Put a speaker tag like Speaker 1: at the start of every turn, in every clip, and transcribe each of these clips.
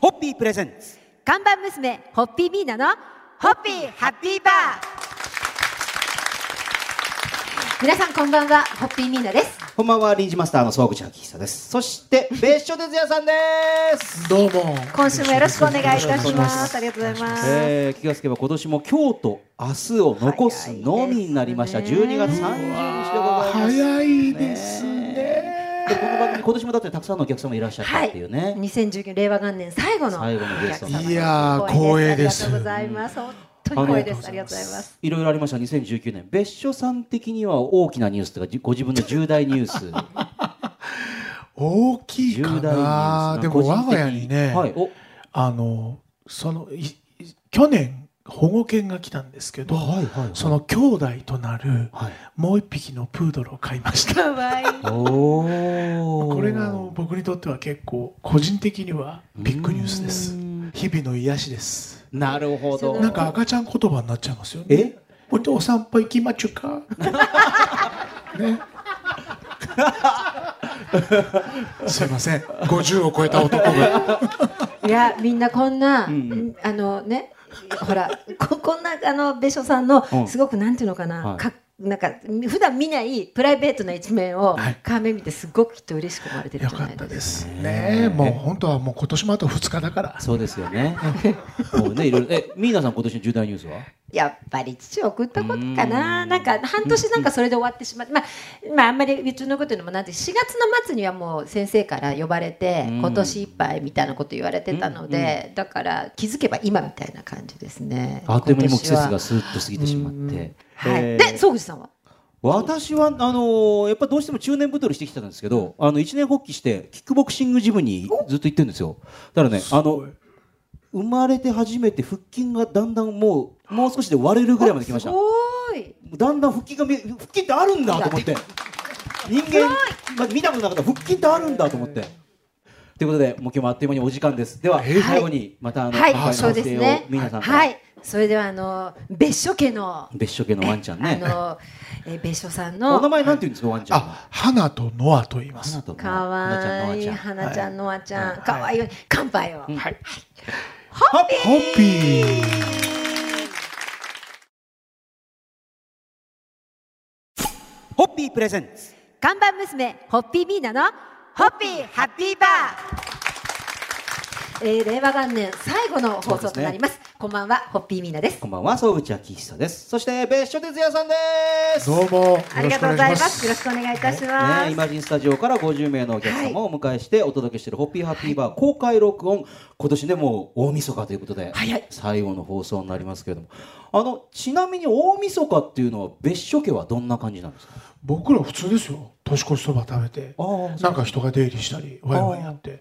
Speaker 1: ホッピープレゼンツ
Speaker 2: 看板娘ホッピーミーナのホッピーハッピーバー皆さんこんばんはホッピーミーナです
Speaker 1: こんばんは、リンジマスターの総口明久です。そ して、別所哲也さんです。
Speaker 3: どうも。
Speaker 2: 今週もよろしくお願いいたし
Speaker 3: よろくお願
Speaker 2: ま
Speaker 3: いし
Speaker 2: すありがとうございます、
Speaker 1: えー、気がつけば今年も今日と明日を残すのみになりました。
Speaker 2: 早いですね
Speaker 1: 12月30日でございます。
Speaker 3: 早いですね。
Speaker 1: でこの番組今年もだってたくさんのお客様いらっしゃったっていうね、
Speaker 2: 2019令和元年最後の
Speaker 1: 最後のゲスト
Speaker 2: お客様
Speaker 3: いやー光栄です
Speaker 2: ありがとうございます本当に光栄ですありがとうございます
Speaker 1: いろいろありました2019年別所さん的には大きなニュースというかじご自分の重大ニュー ス
Speaker 3: 大きい
Speaker 1: 重大ニ
Speaker 3: か
Speaker 1: ュー
Speaker 3: な。
Speaker 1: ス
Speaker 3: でも我が家にね、
Speaker 1: はいお
Speaker 3: あのそのいい去年保護犬が来たんですけど、
Speaker 1: はいはいはい
Speaker 3: その兄弟となる
Speaker 1: はい
Speaker 3: もう一匹のプードルを買いました。
Speaker 2: かわいい
Speaker 1: お
Speaker 3: これがあの僕にとっては結構個人的にはビッグニュースです
Speaker 1: うーん。
Speaker 3: 日々の癒しです。
Speaker 1: なるほど
Speaker 3: なんか赤ちゃん言葉になっちゃいますよね。
Speaker 1: え
Speaker 3: お父さんぽ行きまちゅ か。ね。 すいません。50を超えた男が。
Speaker 2: いやみんなこんな、
Speaker 1: ん
Speaker 2: あのねほらここんなあの別所さんの
Speaker 1: うん
Speaker 2: すごくなんていうのかな、
Speaker 1: はい
Speaker 2: かなんか普段見ないプライベートな一面を
Speaker 3: はい
Speaker 2: 顔面見てすごくきっと嬉しく思われてるん
Speaker 3: よ
Speaker 2: じゃ
Speaker 3: か
Speaker 2: な
Speaker 3: っ
Speaker 2: い
Speaker 3: た
Speaker 2: ですか。
Speaker 3: です。ねえ、もう本当はもう今年もあと2日だから。
Speaker 1: そうですよ ねもうねいろいろえミーナさん今年の重大ニュースは
Speaker 2: やっぱり父を送ったことか
Speaker 1: う
Speaker 2: な、
Speaker 1: ん
Speaker 2: なんか半年なんかそれで終わってしまって、まあ、まあ、あんまりうちのこと言うのもなんで、4月の末にはもう先生から呼ばれて、
Speaker 1: うん
Speaker 2: 今年いっぱいみたいなこと言われてたので、だから気づけば今みたいな感じですね。
Speaker 1: あっという間にもう季節
Speaker 2: 今
Speaker 1: が
Speaker 2: 年
Speaker 1: スーッと過ぎてしまって、
Speaker 2: ははい
Speaker 1: えー
Speaker 2: で、総口さんは
Speaker 1: 私はあのーやっぱどうしても中年太りしてきてたんですけど、あの一年発起してキックボクシングジムにずっと行ってるんですよ。だからね、あの生まれて初めて腹筋がだんだんもうもう少しで割れるぐらいまで来ました。
Speaker 2: おーい
Speaker 1: だんだん腹筋が見腹筋ってあるんだと思って、人間まあ見たことなかった腹筋ってあるんだと思って。ということで、もう今日もあっという間にお時間です。では、
Speaker 3: はい
Speaker 1: 最後にまたあの、
Speaker 2: は
Speaker 1: 今回の
Speaker 2: い、そうですね。
Speaker 1: 皆さんから、
Speaker 2: はい、それではあの別所家の、
Speaker 1: 別所家のワンちゃんね。
Speaker 2: あのえ別所さん
Speaker 1: お名
Speaker 2: の
Speaker 1: 前なんて言うんですか、ワンちゃんは。
Speaker 3: あ、花とノアと言います。
Speaker 2: かわいい
Speaker 1: は
Speaker 2: 花ちゃん、のあちゃん、
Speaker 3: い
Speaker 2: かわいいように乾杯を。
Speaker 1: い。
Speaker 3: ホッピー。
Speaker 1: ホッピープレゼンツ
Speaker 2: 看板娘ホッピーミーナのホッピーハッピーバー。えー、令和元年最後の放送となります。こんばんは、ホッピーミーナです
Speaker 1: こ。んばんは総口昭久ですそして別所哲也さんです
Speaker 3: どうも。よろしくお
Speaker 2: あ
Speaker 3: 願
Speaker 2: りがとうござい
Speaker 3: い
Speaker 2: ま。
Speaker 3: しますす。
Speaker 2: よろしくお願いいたします。
Speaker 1: ね、イマジンスタジオから50名のお客様をお迎えしてお届けしているホッピーハッピーバー公開録音、今年でもう大晦日ということで、
Speaker 2: 早い
Speaker 1: 最後の放送になりますけれどもあのちなみに大晦日っていうのは別所家はどんな感じなんですか
Speaker 3: 僕ら普通ですよ年越しそば食べて
Speaker 1: あー
Speaker 3: なんか人が出入りしたりワイワイやってっ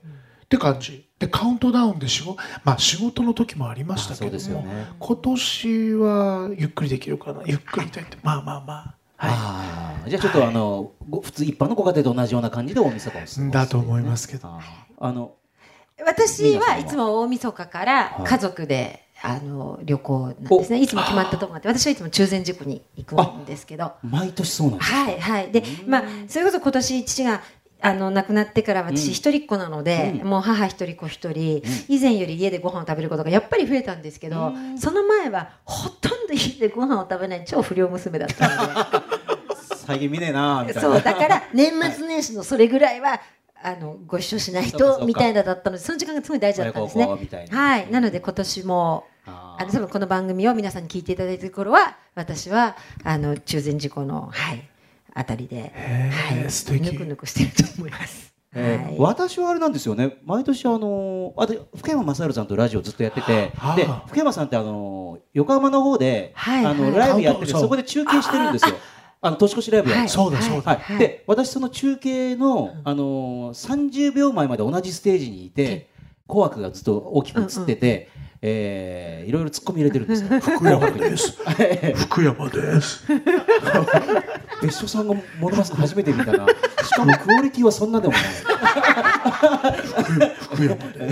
Speaker 3: て感じでカウントダウンで仕事,、まあ、仕事の時もありましたけ
Speaker 1: あそうです
Speaker 3: ど
Speaker 1: よ
Speaker 3: も、
Speaker 1: ね
Speaker 3: 今年はゆっくりできるかなゆっくりと言ってまあまあまあ、は
Speaker 1: あーじゃあちょっとあの、ご普通一般のご家庭と同じような感じで大晦日を過ごす
Speaker 3: い、だと思いますけど
Speaker 1: あーあの
Speaker 2: 私はいつも大晦日から家族で、あの旅行なんですねいつも決まったとこがあって私はいつも中禅寺湖に行くんですけど
Speaker 1: 毎年そうなんです
Speaker 2: はいはいでまあそれこそ今年父があの亡くなってから
Speaker 1: うん
Speaker 2: 私一人っ子なので、もう母一人子一人、以前より家でご飯を食べることがやっぱり増えたんですけど、その前はほとんど家でご飯を食べない超不良娘だったので。
Speaker 1: 最近見ねえなーみたいな
Speaker 2: そう だから年末年始のそれぐらいはあのご一緒しない
Speaker 1: そうかそう
Speaker 2: と
Speaker 1: か
Speaker 2: みたいなだったのでその時間がすごい大事だったんですね
Speaker 1: 親孝行みたいな
Speaker 2: はいなので今年も
Speaker 1: あー
Speaker 2: あの多分この番組を皆さんに聞いていただいてる頃は私はあの中禅寺湖のはいあたりでは
Speaker 3: へー
Speaker 2: い
Speaker 3: 素敵
Speaker 2: ぬくぬくしてると思います
Speaker 1: えー
Speaker 2: はい
Speaker 1: 私はあれなんですよね毎年あのーあと福山雅治さんとラジオずっとやってて
Speaker 3: はあ
Speaker 1: で福山さんってあのー横浜の方で、
Speaker 2: はいはい
Speaker 1: あのライブやってて
Speaker 3: そう
Speaker 1: そこで中継してるんですよあの年越しライブやって
Speaker 2: は
Speaker 1: た
Speaker 2: い
Speaker 3: そうだそ
Speaker 1: は
Speaker 3: うだ
Speaker 1: いで私その中継の、あのー30秒前まで同じステージにいて紅白がずっと大きく映ってて、えーいろいろ突っ込み入れてるん ですよ
Speaker 3: 福山です福山です
Speaker 1: 別所さんがモノマスク初めて見たなしかもクオリティはそんなでもない
Speaker 3: 福山で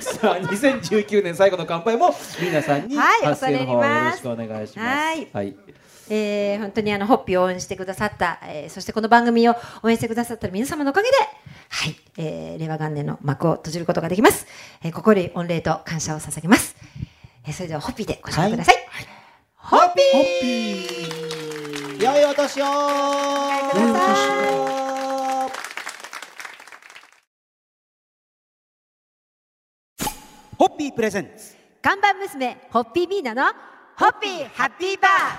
Speaker 3: す
Speaker 1: さあ2019年最後の乾杯も皆さんに
Speaker 2: はい
Speaker 1: 発声の方をよ
Speaker 2: 恐れ入り
Speaker 1: ろ
Speaker 2: ま
Speaker 1: し
Speaker 2: す
Speaker 1: くお願いします
Speaker 2: はい
Speaker 1: はい
Speaker 2: えー本当にあのホッピーを応援してくださった、えーそしてこの番組を応援してくださった皆様のおかげではいえー令和元年の幕を閉じることができます。えー心より御礼と感謝を捧げます。えーそれではホッピーでご紹介ください。ホッピー
Speaker 1: ホッピー良いお年を
Speaker 2: 願いくだ
Speaker 1: ホッピープレゼンツ
Speaker 2: 看板娘ホッピーミーナのホッピーハッピーバーは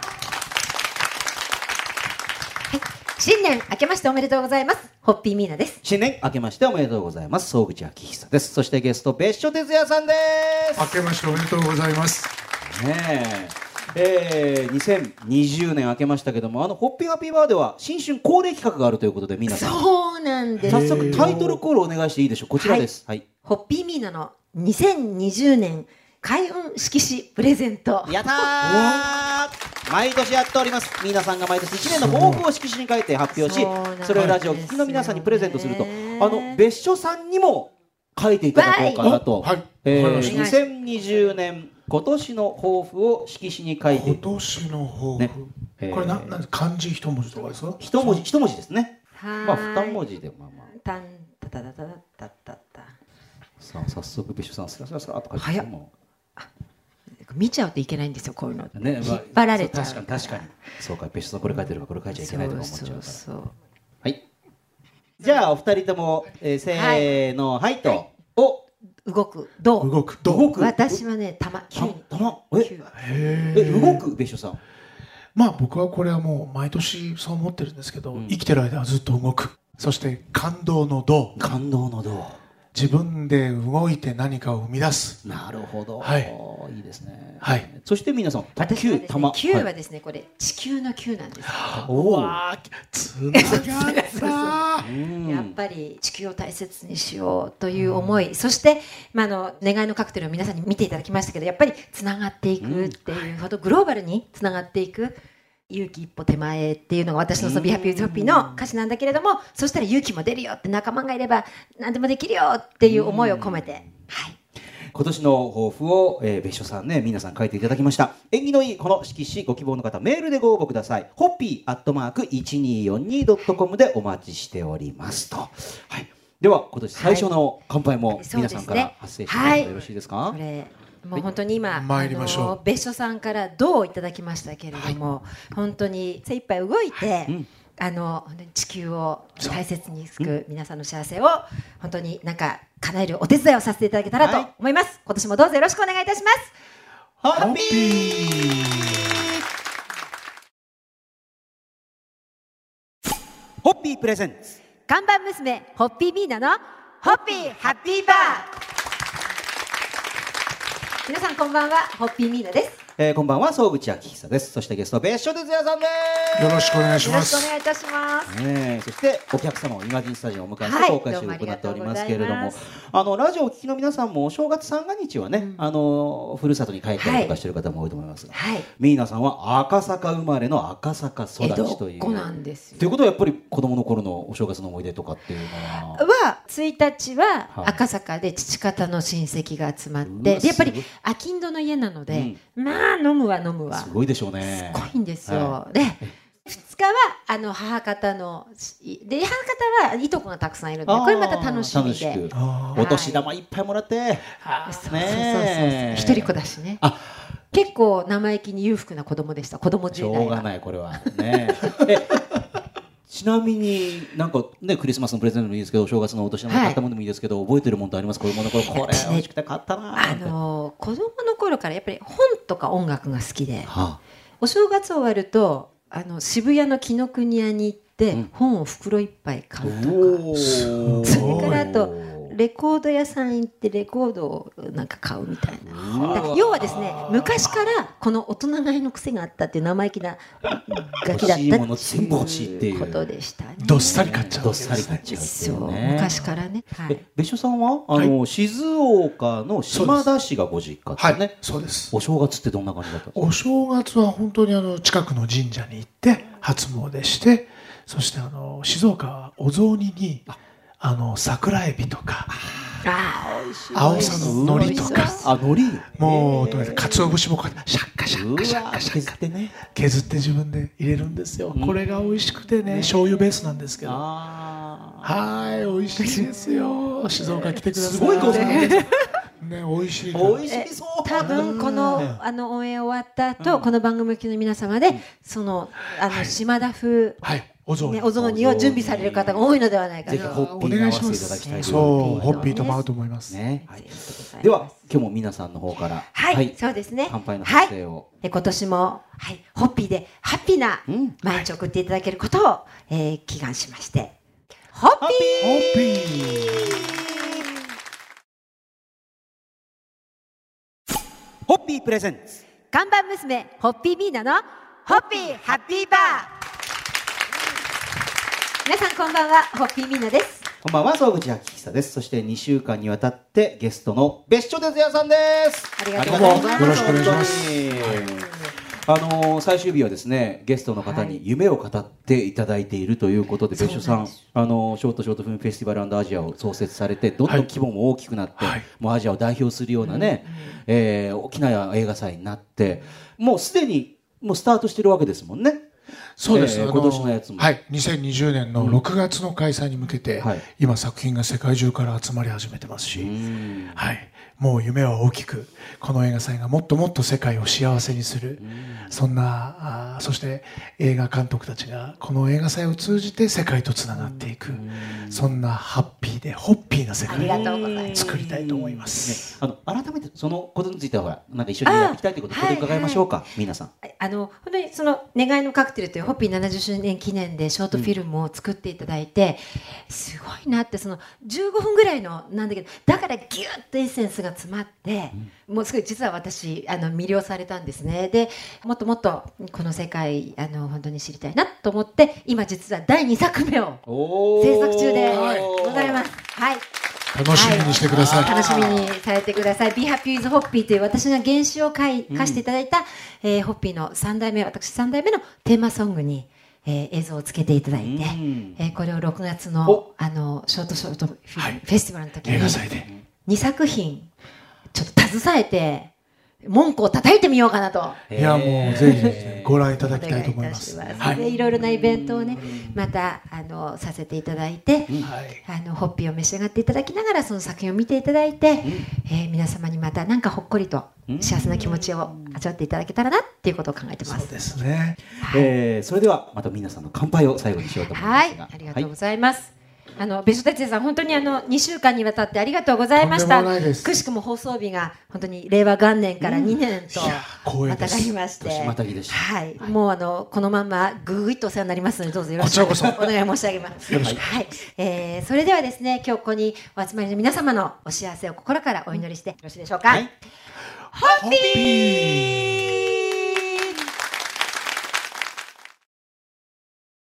Speaker 2: い新年明けましておめでとうございますホッピーミーナです
Speaker 1: 新年明けましておめでとうございます総口昭久ですそしてゲスト別所哲也さんで
Speaker 3: 明けましておめでとうございます。
Speaker 1: すねええー、2020年明けましたけどもあのホッピーハッピーバーでは新春恒例企画があるということで皆さん
Speaker 2: そうなんです
Speaker 1: 早速タイトルコールお願いしていいでしょうこちらですはい、
Speaker 2: ホッピーミーナの2020年開運色紙プレゼント
Speaker 1: やったー毎年やっております皆さんが毎年1年の抱負を色紙に書いて発表し
Speaker 2: そうなんですよ
Speaker 1: それをラジオ聴きの皆さんにプレゼントするとあ
Speaker 2: ね
Speaker 1: の別所さんにも書いていただこうかなと、
Speaker 3: わいはい
Speaker 1: え
Speaker 3: わかり
Speaker 1: ー、
Speaker 3: ま
Speaker 2: した
Speaker 1: 2020年今年の抱負を色紙に書い
Speaker 3: 今
Speaker 1: て
Speaker 3: 年の抱負、
Speaker 1: ねえー
Speaker 3: これななん漢字一文字とかですか？
Speaker 1: 一文字一文字ですねまあ
Speaker 2: はーい
Speaker 1: 二文字でまあまあ
Speaker 2: たんたたたたたたた
Speaker 1: さあ早速別所さんスラスラスラっと書い
Speaker 2: 早
Speaker 1: て
Speaker 2: っ
Speaker 1: も
Speaker 2: 見ちゃうといけないんですよこういうの
Speaker 1: うね、まあ
Speaker 2: 引っ張られちゃう
Speaker 1: そう確かに確かにそうか別所さんこれ書いてるからこれ書いちゃいけないとか思っちゃうから
Speaker 2: そうそうそう
Speaker 1: はい。じゃあお二人とも、えー、せーの、はい、と、お、
Speaker 2: 動くどう
Speaker 3: 動く
Speaker 1: 動く。
Speaker 2: 私はねたま急
Speaker 1: た
Speaker 2: に
Speaker 1: たま、
Speaker 2: 急
Speaker 1: え
Speaker 2: に、
Speaker 3: へ
Speaker 1: え
Speaker 3: ー
Speaker 1: 動く別所さん。
Speaker 3: まあ僕はこれはもう毎年そう思ってるんですけど、
Speaker 1: ん
Speaker 3: 生きてる間はずっと動くそして感動の動
Speaker 1: 感動の動。
Speaker 3: 自分で動いて何かを生み出す
Speaker 1: なるほど。。
Speaker 3: はい
Speaker 1: いいですね。
Speaker 3: はい。
Speaker 1: そして皆さん、卓
Speaker 2: 私は
Speaker 1: 球、
Speaker 2: ですね
Speaker 1: 玉。
Speaker 2: 球
Speaker 1: は
Speaker 2: はいですねこれ地球の球なんです
Speaker 1: おお。
Speaker 3: あつながった
Speaker 1: う
Speaker 2: やっ
Speaker 1: ん。
Speaker 2: ぱり地球を大切にしようという思い、そして、まあ、あの願いのカクテルを皆さんに見ていただきましたけどやっぱりつながっていくっていうほどグローバルにつながっていく勇気一歩手前っていうのが私のその「ビハピーズホッピー」の歌詞なんだけれどもそしたら勇気も出るよって仲間がいれば何でもできるよっていう思いを込めて、はい、
Speaker 1: 今年の抱負を、えー、別所さんね、皆さん書いていただきました。縁起のいいこの色紙、ご希望の方、メールでご応募ください。ホッピーアットマーク 1242.com でお待ちしておりますと。はい。では、今年最初の乾杯も
Speaker 2: そうで
Speaker 1: 皆
Speaker 2: す
Speaker 1: さ
Speaker 2: ね
Speaker 1: んから発生していただいてよろしいですか、
Speaker 2: これもう本当に今、
Speaker 3: 参りましょう
Speaker 2: あの別所さんからどういただきましたけれども、本当に精一杯動いて、
Speaker 1: うん
Speaker 2: あの本当に地球を大切にすく皆さんの幸せを本当になんか叶えるお手伝いをさせていただけたら
Speaker 1: はい
Speaker 2: と思います、今年もどうぞよろしくお願いいたします
Speaker 1: ハ
Speaker 3: ハ
Speaker 1: ッ
Speaker 3: ッ
Speaker 1: ピ
Speaker 3: ピ
Speaker 1: ー
Speaker 3: ー
Speaker 1: ホッピープレゼンツ
Speaker 2: 看板娘ホッピーミーナのホッピーハッピーバー皆さんこんばんはホッピーミーナです
Speaker 1: えー、こんばんは総口昭久ですそしてゲスト別所哲也さんです
Speaker 3: よろしくお願いし
Speaker 2: よろ
Speaker 3: ま
Speaker 2: しくお
Speaker 3: す
Speaker 2: 願いいたします
Speaker 1: ねえそしてお客様をイマジンスタジオをお迎えし
Speaker 2: は
Speaker 1: て
Speaker 2: い
Speaker 1: 公開収
Speaker 2: どうもあ
Speaker 1: 録を行
Speaker 2: りが
Speaker 1: って
Speaker 2: と
Speaker 1: お
Speaker 2: う
Speaker 1: り
Speaker 2: ござ
Speaker 1: ま
Speaker 2: います
Speaker 1: すけれどもあのラジオをお聞きの皆さんもお正月三が日はね、あのふるさとに帰ったりとかしてる方も多いと思いますが、
Speaker 2: はい
Speaker 1: ミーナさんは赤坂生まれの赤坂育
Speaker 2: 江戸
Speaker 1: ちとい
Speaker 2: っ子
Speaker 1: う。
Speaker 2: なんですよ
Speaker 1: ということはやっぱり子供の頃のお正月の思い出とかっていうのは
Speaker 2: は1日
Speaker 1: は
Speaker 2: はい赤坂で父方の親戚が集まっ
Speaker 1: う
Speaker 2: て
Speaker 1: わ
Speaker 2: でやっぱり
Speaker 1: すごい
Speaker 2: 商人の家なので、まあ飲むは飲むわ
Speaker 1: すごいでしょうね。
Speaker 2: すごいんですよ。
Speaker 1: は
Speaker 2: で2日はあの母方ので母方はいとこがたくさんいるんで
Speaker 1: あー
Speaker 2: これまた楽しみ
Speaker 1: 楽し
Speaker 2: で
Speaker 1: く
Speaker 3: あ
Speaker 2: ー
Speaker 1: お年玉いっぱいもらって。
Speaker 2: そうそうそうそう
Speaker 1: ねえ
Speaker 2: 一人っ子だしね
Speaker 1: あ
Speaker 2: 結構生意気に裕福な子供でした子供
Speaker 1: し
Speaker 2: 時
Speaker 1: ょ
Speaker 2: 代
Speaker 1: う
Speaker 2: は
Speaker 1: がないこれはねえちなみになんかねクリスマスのプレゼントでもいいですけどお正月のお年玉買ったものでもいいですけど、覚えてるものってあります子供の頃これ
Speaker 2: 私ね
Speaker 1: 美味しくて買ったなー
Speaker 2: あ
Speaker 1: みたいな
Speaker 2: の子供の頃からやっぱり本とか音楽が好きで。
Speaker 1: は
Speaker 2: お正月終わるとあの渋谷の紀ノ国屋に行って、
Speaker 1: うん
Speaker 2: 本を袋いっぱい
Speaker 1: あ
Speaker 2: 買うとか
Speaker 1: おー
Speaker 2: それからあとレコード屋さん行ってレコードをなんか買うみたいな。
Speaker 1: うわ
Speaker 2: だから要はですね昔からこの大人買いの癖があったっていう生意気なガキだったっ
Speaker 1: 欲し
Speaker 2: て
Speaker 1: いもの全部欲しいって
Speaker 2: い
Speaker 1: いう
Speaker 2: うことでしたね。
Speaker 3: どっさり買っちゃう
Speaker 1: ど
Speaker 3: わ
Speaker 1: っ
Speaker 3: けですね
Speaker 1: さり買っちゃうってい
Speaker 2: そうう
Speaker 1: ね
Speaker 2: 昔からね。はい
Speaker 1: え別所さんはあの、静岡の島田市がご実家
Speaker 3: は
Speaker 1: です
Speaker 3: い、
Speaker 1: ね
Speaker 3: そうです
Speaker 1: お正月ってどんな感じだったんですか
Speaker 3: お正月は本当にあの近くの神社に行って初詣してそしてあの静岡はお雑煮にあの桜エビとか
Speaker 2: ああ
Speaker 3: 青さの海苔
Speaker 2: 美
Speaker 3: と
Speaker 2: 味
Speaker 3: か
Speaker 2: し
Speaker 1: あ海苔
Speaker 3: もうとにかく鰹節もこうやってシャッカシャ
Speaker 1: う
Speaker 3: ッ
Speaker 1: わ
Speaker 3: カシャッカシャッ
Speaker 1: 削
Speaker 3: カ
Speaker 1: ってね
Speaker 3: 削って自分で入れるんですよ、
Speaker 1: うん
Speaker 3: これが美味しくてね醤油ベースなんですけどあ
Speaker 1: あ
Speaker 3: はい、美味しいですよ。静岡来てください。
Speaker 1: すごい数なんです
Speaker 3: ね、美味しいから。
Speaker 1: 美味しそう
Speaker 2: 多分このあのオンエア終わった後、この番組の皆様で、そのあの島田風、
Speaker 3: はい、お雑煮
Speaker 2: ね、お雑煮を準備される方が多いのではないか
Speaker 1: ぜひ
Speaker 2: と。
Speaker 1: ホッピーに合わせていただきたいと
Speaker 3: そう、
Speaker 1: 思
Speaker 3: ホ
Speaker 1: いま
Speaker 3: ッピーとも合うと思いますす。
Speaker 1: ね、はい
Speaker 2: ぜひ来てください
Speaker 1: では今日も皆さんの方から
Speaker 2: はい、そうですね。
Speaker 1: 乾杯の
Speaker 2: は
Speaker 1: 発
Speaker 2: い
Speaker 1: 声を、
Speaker 2: え今年も、はい、ホッピーでハッピーな
Speaker 1: うん
Speaker 2: 毎日送っていただけることを、えー祈願しまして、ホッピー
Speaker 3: ホッピー。
Speaker 1: ホッピープレゼンツ
Speaker 2: 看板娘ホッピーミーナのホッピーハッピーバー皆さんこんばんはホッピーミーナです
Speaker 1: こんばんは、総口明久です。そして2週間にわたってゲストの別所哲也さんです。
Speaker 2: ありがとうございます
Speaker 1: ありがとうござ
Speaker 3: よ
Speaker 1: 本当にあのー最終日はですねゲストの方に夢を語っていただいているということで、別所さんあのーショートショートフィルムフェスティバルアジアを創設されてどんどん規模も大きくなって、
Speaker 3: はい
Speaker 1: もうアジアを代表するようなね、えー大きな映画祭になってもうすでにもうスタートしてるわけですもんね。
Speaker 3: そうです、
Speaker 1: えー
Speaker 3: あ
Speaker 1: 今年のやつも
Speaker 3: はい、2020年の6月の開催に向けて、
Speaker 1: はい
Speaker 3: 今作品が世界中から集まり始めてますし、
Speaker 1: ん
Speaker 3: はい、もう夢は大きく、この映画祭がもっともっと世界を幸せにする、そんなあー、そして映画監督たちがこの映画祭を通じて世界とつながっていく、そんなハッピーでホッピーな世
Speaker 2: あり
Speaker 3: 界
Speaker 2: がと
Speaker 3: を
Speaker 2: うございます
Speaker 3: 作りたいと思います。
Speaker 1: あの改めてそのことについてはほらなんか一緒にやっていきたいということで
Speaker 2: あ
Speaker 1: ここで伺いましょうか、皆さん。
Speaker 2: あの本当にその「願いのカクテル」というホッピー70周年記念でショートフィルムを作っていただいて、すごいなってその15分ぐらいのなんだけどだからギュッとエッセンスが詰まって、もうすごい実は私あの魅了されたんですねでもっともっとこの世界あの本当に知りたいなと思って今実は第2作目を制
Speaker 1: 制。
Speaker 2: 作中でございますす。はい
Speaker 3: 楽しみにしてください。
Speaker 2: 楽しみにされてください。Be Happy with Hoppy という私が原詞を書い貸していただいた、えーホッピーの3代目、私3代目のテーマソングに、えー映像をつけていただいて、
Speaker 1: うん
Speaker 2: えーこれを6月
Speaker 1: お
Speaker 2: のあのショートショートフィルム
Speaker 3: はい
Speaker 2: フェスティバルの時
Speaker 3: 映画
Speaker 2: に
Speaker 3: 祭で。
Speaker 2: 2作品ちょっと携えて文句を叩いてみようかなと。
Speaker 3: いや、もうぜひですねご覧いた
Speaker 2: お
Speaker 3: だきた
Speaker 2: 願
Speaker 3: い
Speaker 2: い
Speaker 3: と
Speaker 2: い
Speaker 3: 思い
Speaker 2: た
Speaker 3: ま
Speaker 2: し
Speaker 3: す。
Speaker 2: ます。
Speaker 3: はい。
Speaker 2: でいろいろなイベントをね、またあのさせていただいて、
Speaker 3: はい
Speaker 2: あのホッピーを召し上がっていただきながらその作品を見ていただいて、えー皆様にまたなんかほっこりと幸せな気持ちを味わっていただけたらなっていうことを考えてま
Speaker 3: そう
Speaker 2: す。
Speaker 3: ですね。
Speaker 1: えーそれではまた皆さんの乾杯を最後にしようと思いま
Speaker 2: は
Speaker 1: す
Speaker 2: い
Speaker 1: が、、
Speaker 2: ありがとうございます。あの別所哲也さん、本当にあの2週間にわたってありがとうございまし
Speaker 3: と
Speaker 2: た。
Speaker 3: んでもないです
Speaker 2: くしくも放送日が本当に令和元年から2年と
Speaker 3: いや光栄
Speaker 2: ま
Speaker 3: で
Speaker 2: た
Speaker 3: す
Speaker 2: がりまして、
Speaker 1: 年またぎでした
Speaker 2: はい、もうあのこのまんまぐいっとお世話になりますのでどうぞよろしくお
Speaker 3: こちらこそ
Speaker 2: 願い申し上げます。
Speaker 3: よろしく
Speaker 2: はい、えーそれではですね、今日ここにお集まりの皆様のお幸せを心からお祈りしてよろしいでしょうか。
Speaker 1: はい
Speaker 2: ホッピー。